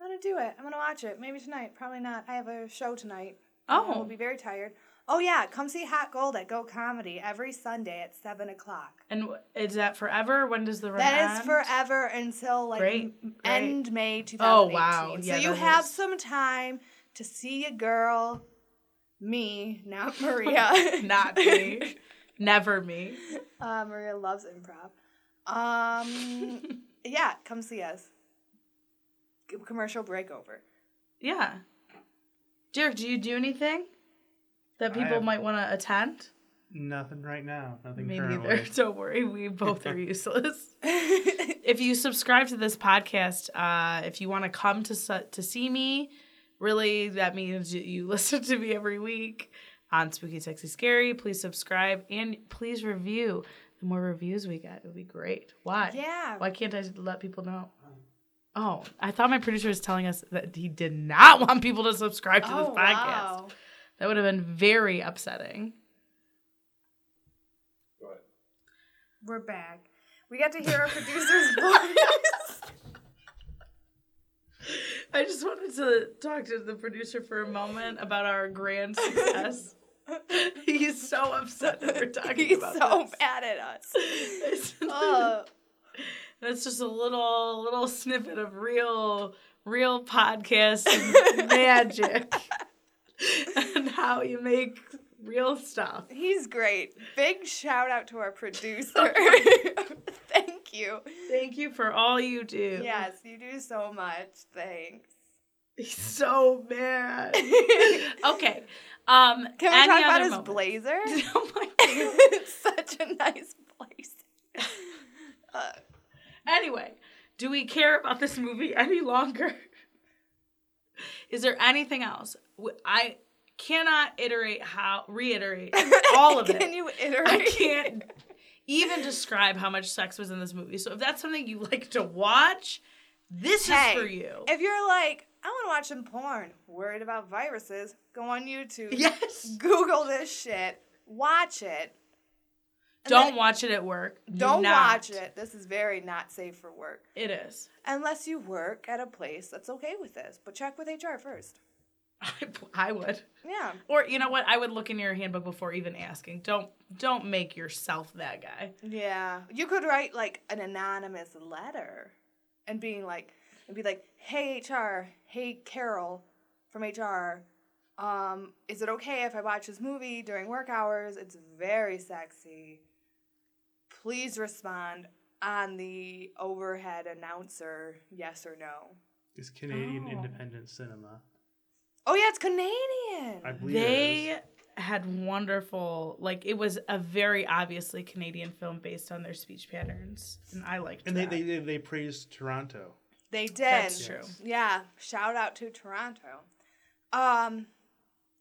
Speaker 4: I'm gonna do it. I'm gonna watch it. Maybe tonight. Probably not. I have a show tonight.
Speaker 1: Oh.
Speaker 4: I'll be very tired. Oh yeah, come see Hot Gold at Go Comedy every Sunday at seven o'clock.
Speaker 1: And w- is that forever? When does the run
Speaker 4: That is
Speaker 1: end?
Speaker 4: forever until like
Speaker 1: Great,
Speaker 4: m-
Speaker 1: great.
Speaker 4: end May 2018.
Speaker 1: Oh, wow.
Speaker 4: So
Speaker 1: Yeah,
Speaker 4: you
Speaker 1: that
Speaker 4: have
Speaker 1: is-
Speaker 4: some time to see a girl, me, not Maria.
Speaker 1: Not me. Never me.
Speaker 4: uh, Maria loves improv. Um, yeah, come see us. C- Commercial break over.
Speaker 1: Yeah. Derek, do you do anything that
Speaker 3: I
Speaker 1: people
Speaker 3: have-
Speaker 1: might want to attend?
Speaker 3: Nothing right now. Nothing
Speaker 1: Me
Speaker 3: currently.
Speaker 1: neither. Don't worry, we both are useless. if you subscribe to this podcast, uh, if you want to come to su- to see me, really that means you- you listen to me every week on Spooky Sexy Scary. Please subscribe and please review. The more reviews we get, it would be great. Why?
Speaker 4: Yeah.
Speaker 1: Why can't I let people know? Oh, I thought my producer was telling us that he did not want people to subscribe to this podcast.
Speaker 4: Oh, wow.
Speaker 1: That would have been very upsetting.
Speaker 4: We're back. We got to hear our producer's voice.
Speaker 1: I just wanted to talk to the producer for a moment about our grand success. He's so upset that we're talking
Speaker 4: He's
Speaker 1: about
Speaker 4: so
Speaker 1: this.
Speaker 4: mad at us.
Speaker 1: It's-
Speaker 4: Oh.
Speaker 1: That's just a little little snippet of real real podcast magic and how you make real stuff.
Speaker 4: He's great. Big shout out to our producer. Thank you.
Speaker 1: Thank you for all you do.
Speaker 4: Yes, you do so much. Thanks.
Speaker 1: He's so mad.
Speaker 4: Can
Speaker 1: Okay. Um
Speaker 4: we
Speaker 1: any
Speaker 4: talk about
Speaker 1: other
Speaker 4: his
Speaker 1: moments?
Speaker 4: blazer?
Speaker 1: Oh my God.
Speaker 4: it's such a nice blazer. Uh,
Speaker 1: Anyway, do we care about this movie any longer? Is there anything else? W- I cannot iterate how reiterate all of
Speaker 4: Can
Speaker 1: it.
Speaker 4: you
Speaker 1: I
Speaker 4: iterate?
Speaker 1: can't even describe how much sex was in this movie. So if that's something you like to watch, this
Speaker 4: Hey,
Speaker 1: is for you.
Speaker 4: If you're like, I want to watch some porn, worried about viruses, go on YouTube,
Speaker 1: yes.
Speaker 4: Google this shit, watch it. And
Speaker 1: Don't
Speaker 4: then-
Speaker 1: watch it at work. Do
Speaker 4: Don't
Speaker 1: not.
Speaker 4: watch it. This is very not safe for work.
Speaker 1: It is.
Speaker 4: Unless you work at a place that's okay with this, but check with HR first.
Speaker 1: I, I would.
Speaker 4: Yeah.
Speaker 1: Or you know what? I would look in your handbook before even asking. Don't don't make yourself that guy.
Speaker 4: Yeah. You could write like an anonymous letter and being like and be like, "Hey HR, hey Carol from HR, um is it okay if I watch this movie during work hours? It's very sexy. Please respond on the overhead announcer, yes or no."
Speaker 3: It's Canadian
Speaker 1: Oh.
Speaker 3: independent cinema.
Speaker 4: Oh yeah, it's Canadian.
Speaker 3: I believe it
Speaker 1: They
Speaker 3: is.
Speaker 1: had wonderful like it was a very obviously Canadian film based on their speech patterns, and I liked
Speaker 3: And they,
Speaker 1: that.
Speaker 3: they, they, they praised Toronto.
Speaker 4: they did.
Speaker 1: That's true.
Speaker 3: Yes.
Speaker 4: Yeah, shout out to Toronto. Um,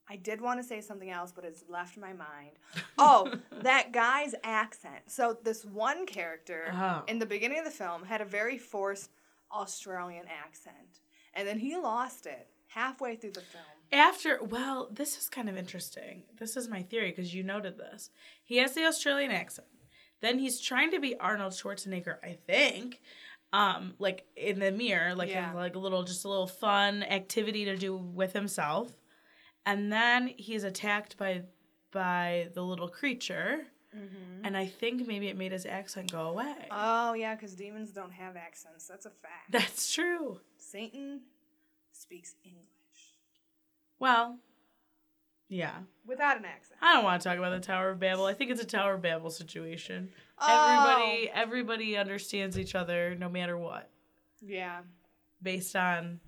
Speaker 4: I did want to say something else, but it's left my mind. Oh, that guy's accent. So this one character
Speaker 1: Oh.
Speaker 4: in the beginning of the film had a very forced Australian accent, and then he lost it halfway through the film.
Speaker 1: After, well, this is kind of interesting. This is my theory because you noted this. He has the Australian accent. Then he's trying to be Arnold Schwarzenegger, I think. Um, like in the mirror, like
Speaker 4: Yeah.
Speaker 1: in, like a little, just a little fun activity to do with himself. And then he's attacked by by the little creature, and I think maybe it made his accent go away.
Speaker 4: Oh yeah, because demons don't have accents. That's a fact.
Speaker 1: That's true.
Speaker 4: Satan speaks English
Speaker 1: Well, yeah.
Speaker 4: without an accent.
Speaker 1: I don't want to talk about the Tower of Babel. I think it's a Tower of Babel situation.
Speaker 4: Oh.
Speaker 1: Everybody everybody understands each other no matter what,
Speaker 4: Yeah.
Speaker 1: based on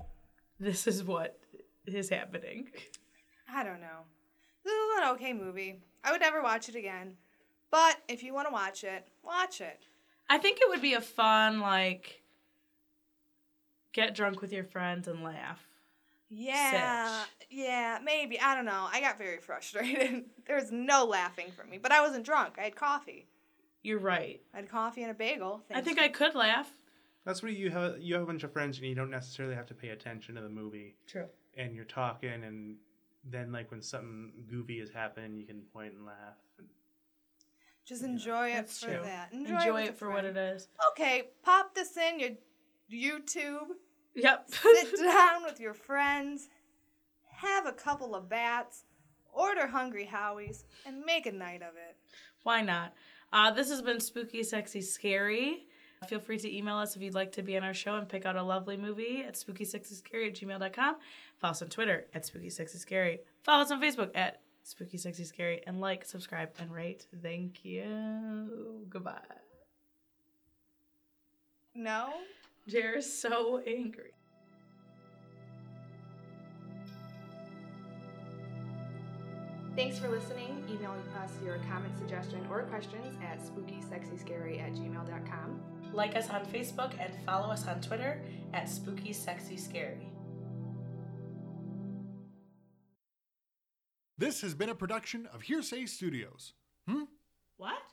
Speaker 1: this is what is happening.
Speaker 4: I don't know. This is an okay movie. I would never watch it again. But if you want to watch it, watch it.
Speaker 1: I think it would be a fun like get drunk with your friends and laugh.
Speaker 4: Yeah. Yeah, maybe. I don't know. I got very frustrated. there was no laughing for me, but I wasn't drunk. I had coffee.
Speaker 1: You're right.
Speaker 4: I had coffee and a bagel.
Speaker 1: I think I could laugh.
Speaker 3: That's where you have you have a bunch of friends and you don't necessarily have to pay attention to the movie.
Speaker 1: True.
Speaker 3: And you're talking, and then like when something goofy is happening, you can point and laugh.
Speaker 4: just enjoy it
Speaker 1: That's
Speaker 4: for
Speaker 1: true.
Speaker 4: that.
Speaker 1: Enjoy, it for what it is.
Speaker 4: is. Okay, pop this in your YouTube.
Speaker 1: Yep.
Speaker 4: Sit down with your friends, have a couple of bats, order Hungry Howies, and make a night of it.
Speaker 1: Why not? Uh, this has been Spooky, Sexy, Scary. Feel free to email us if you'd like to be on our show and pick out a lovely movie at spookysexyscary at gmail.com. Follow us on Twitter at Spooky Sexy Scary. Follow us on Facebook at Spooky Sexy Scary and like, subscribe, and rate. Thank you. Goodbye.
Speaker 4: No?
Speaker 1: Jared is so angry.
Speaker 2: Thanks for listening. Email us your comment, suggestion, or questions at spookysexyscary at gmail.com.
Speaker 1: Like us on Facebook and follow us on Twitter at Spooky Sexy Scary.
Speaker 5: This has been a production of Hearsay Studios. Hmm?
Speaker 1: What?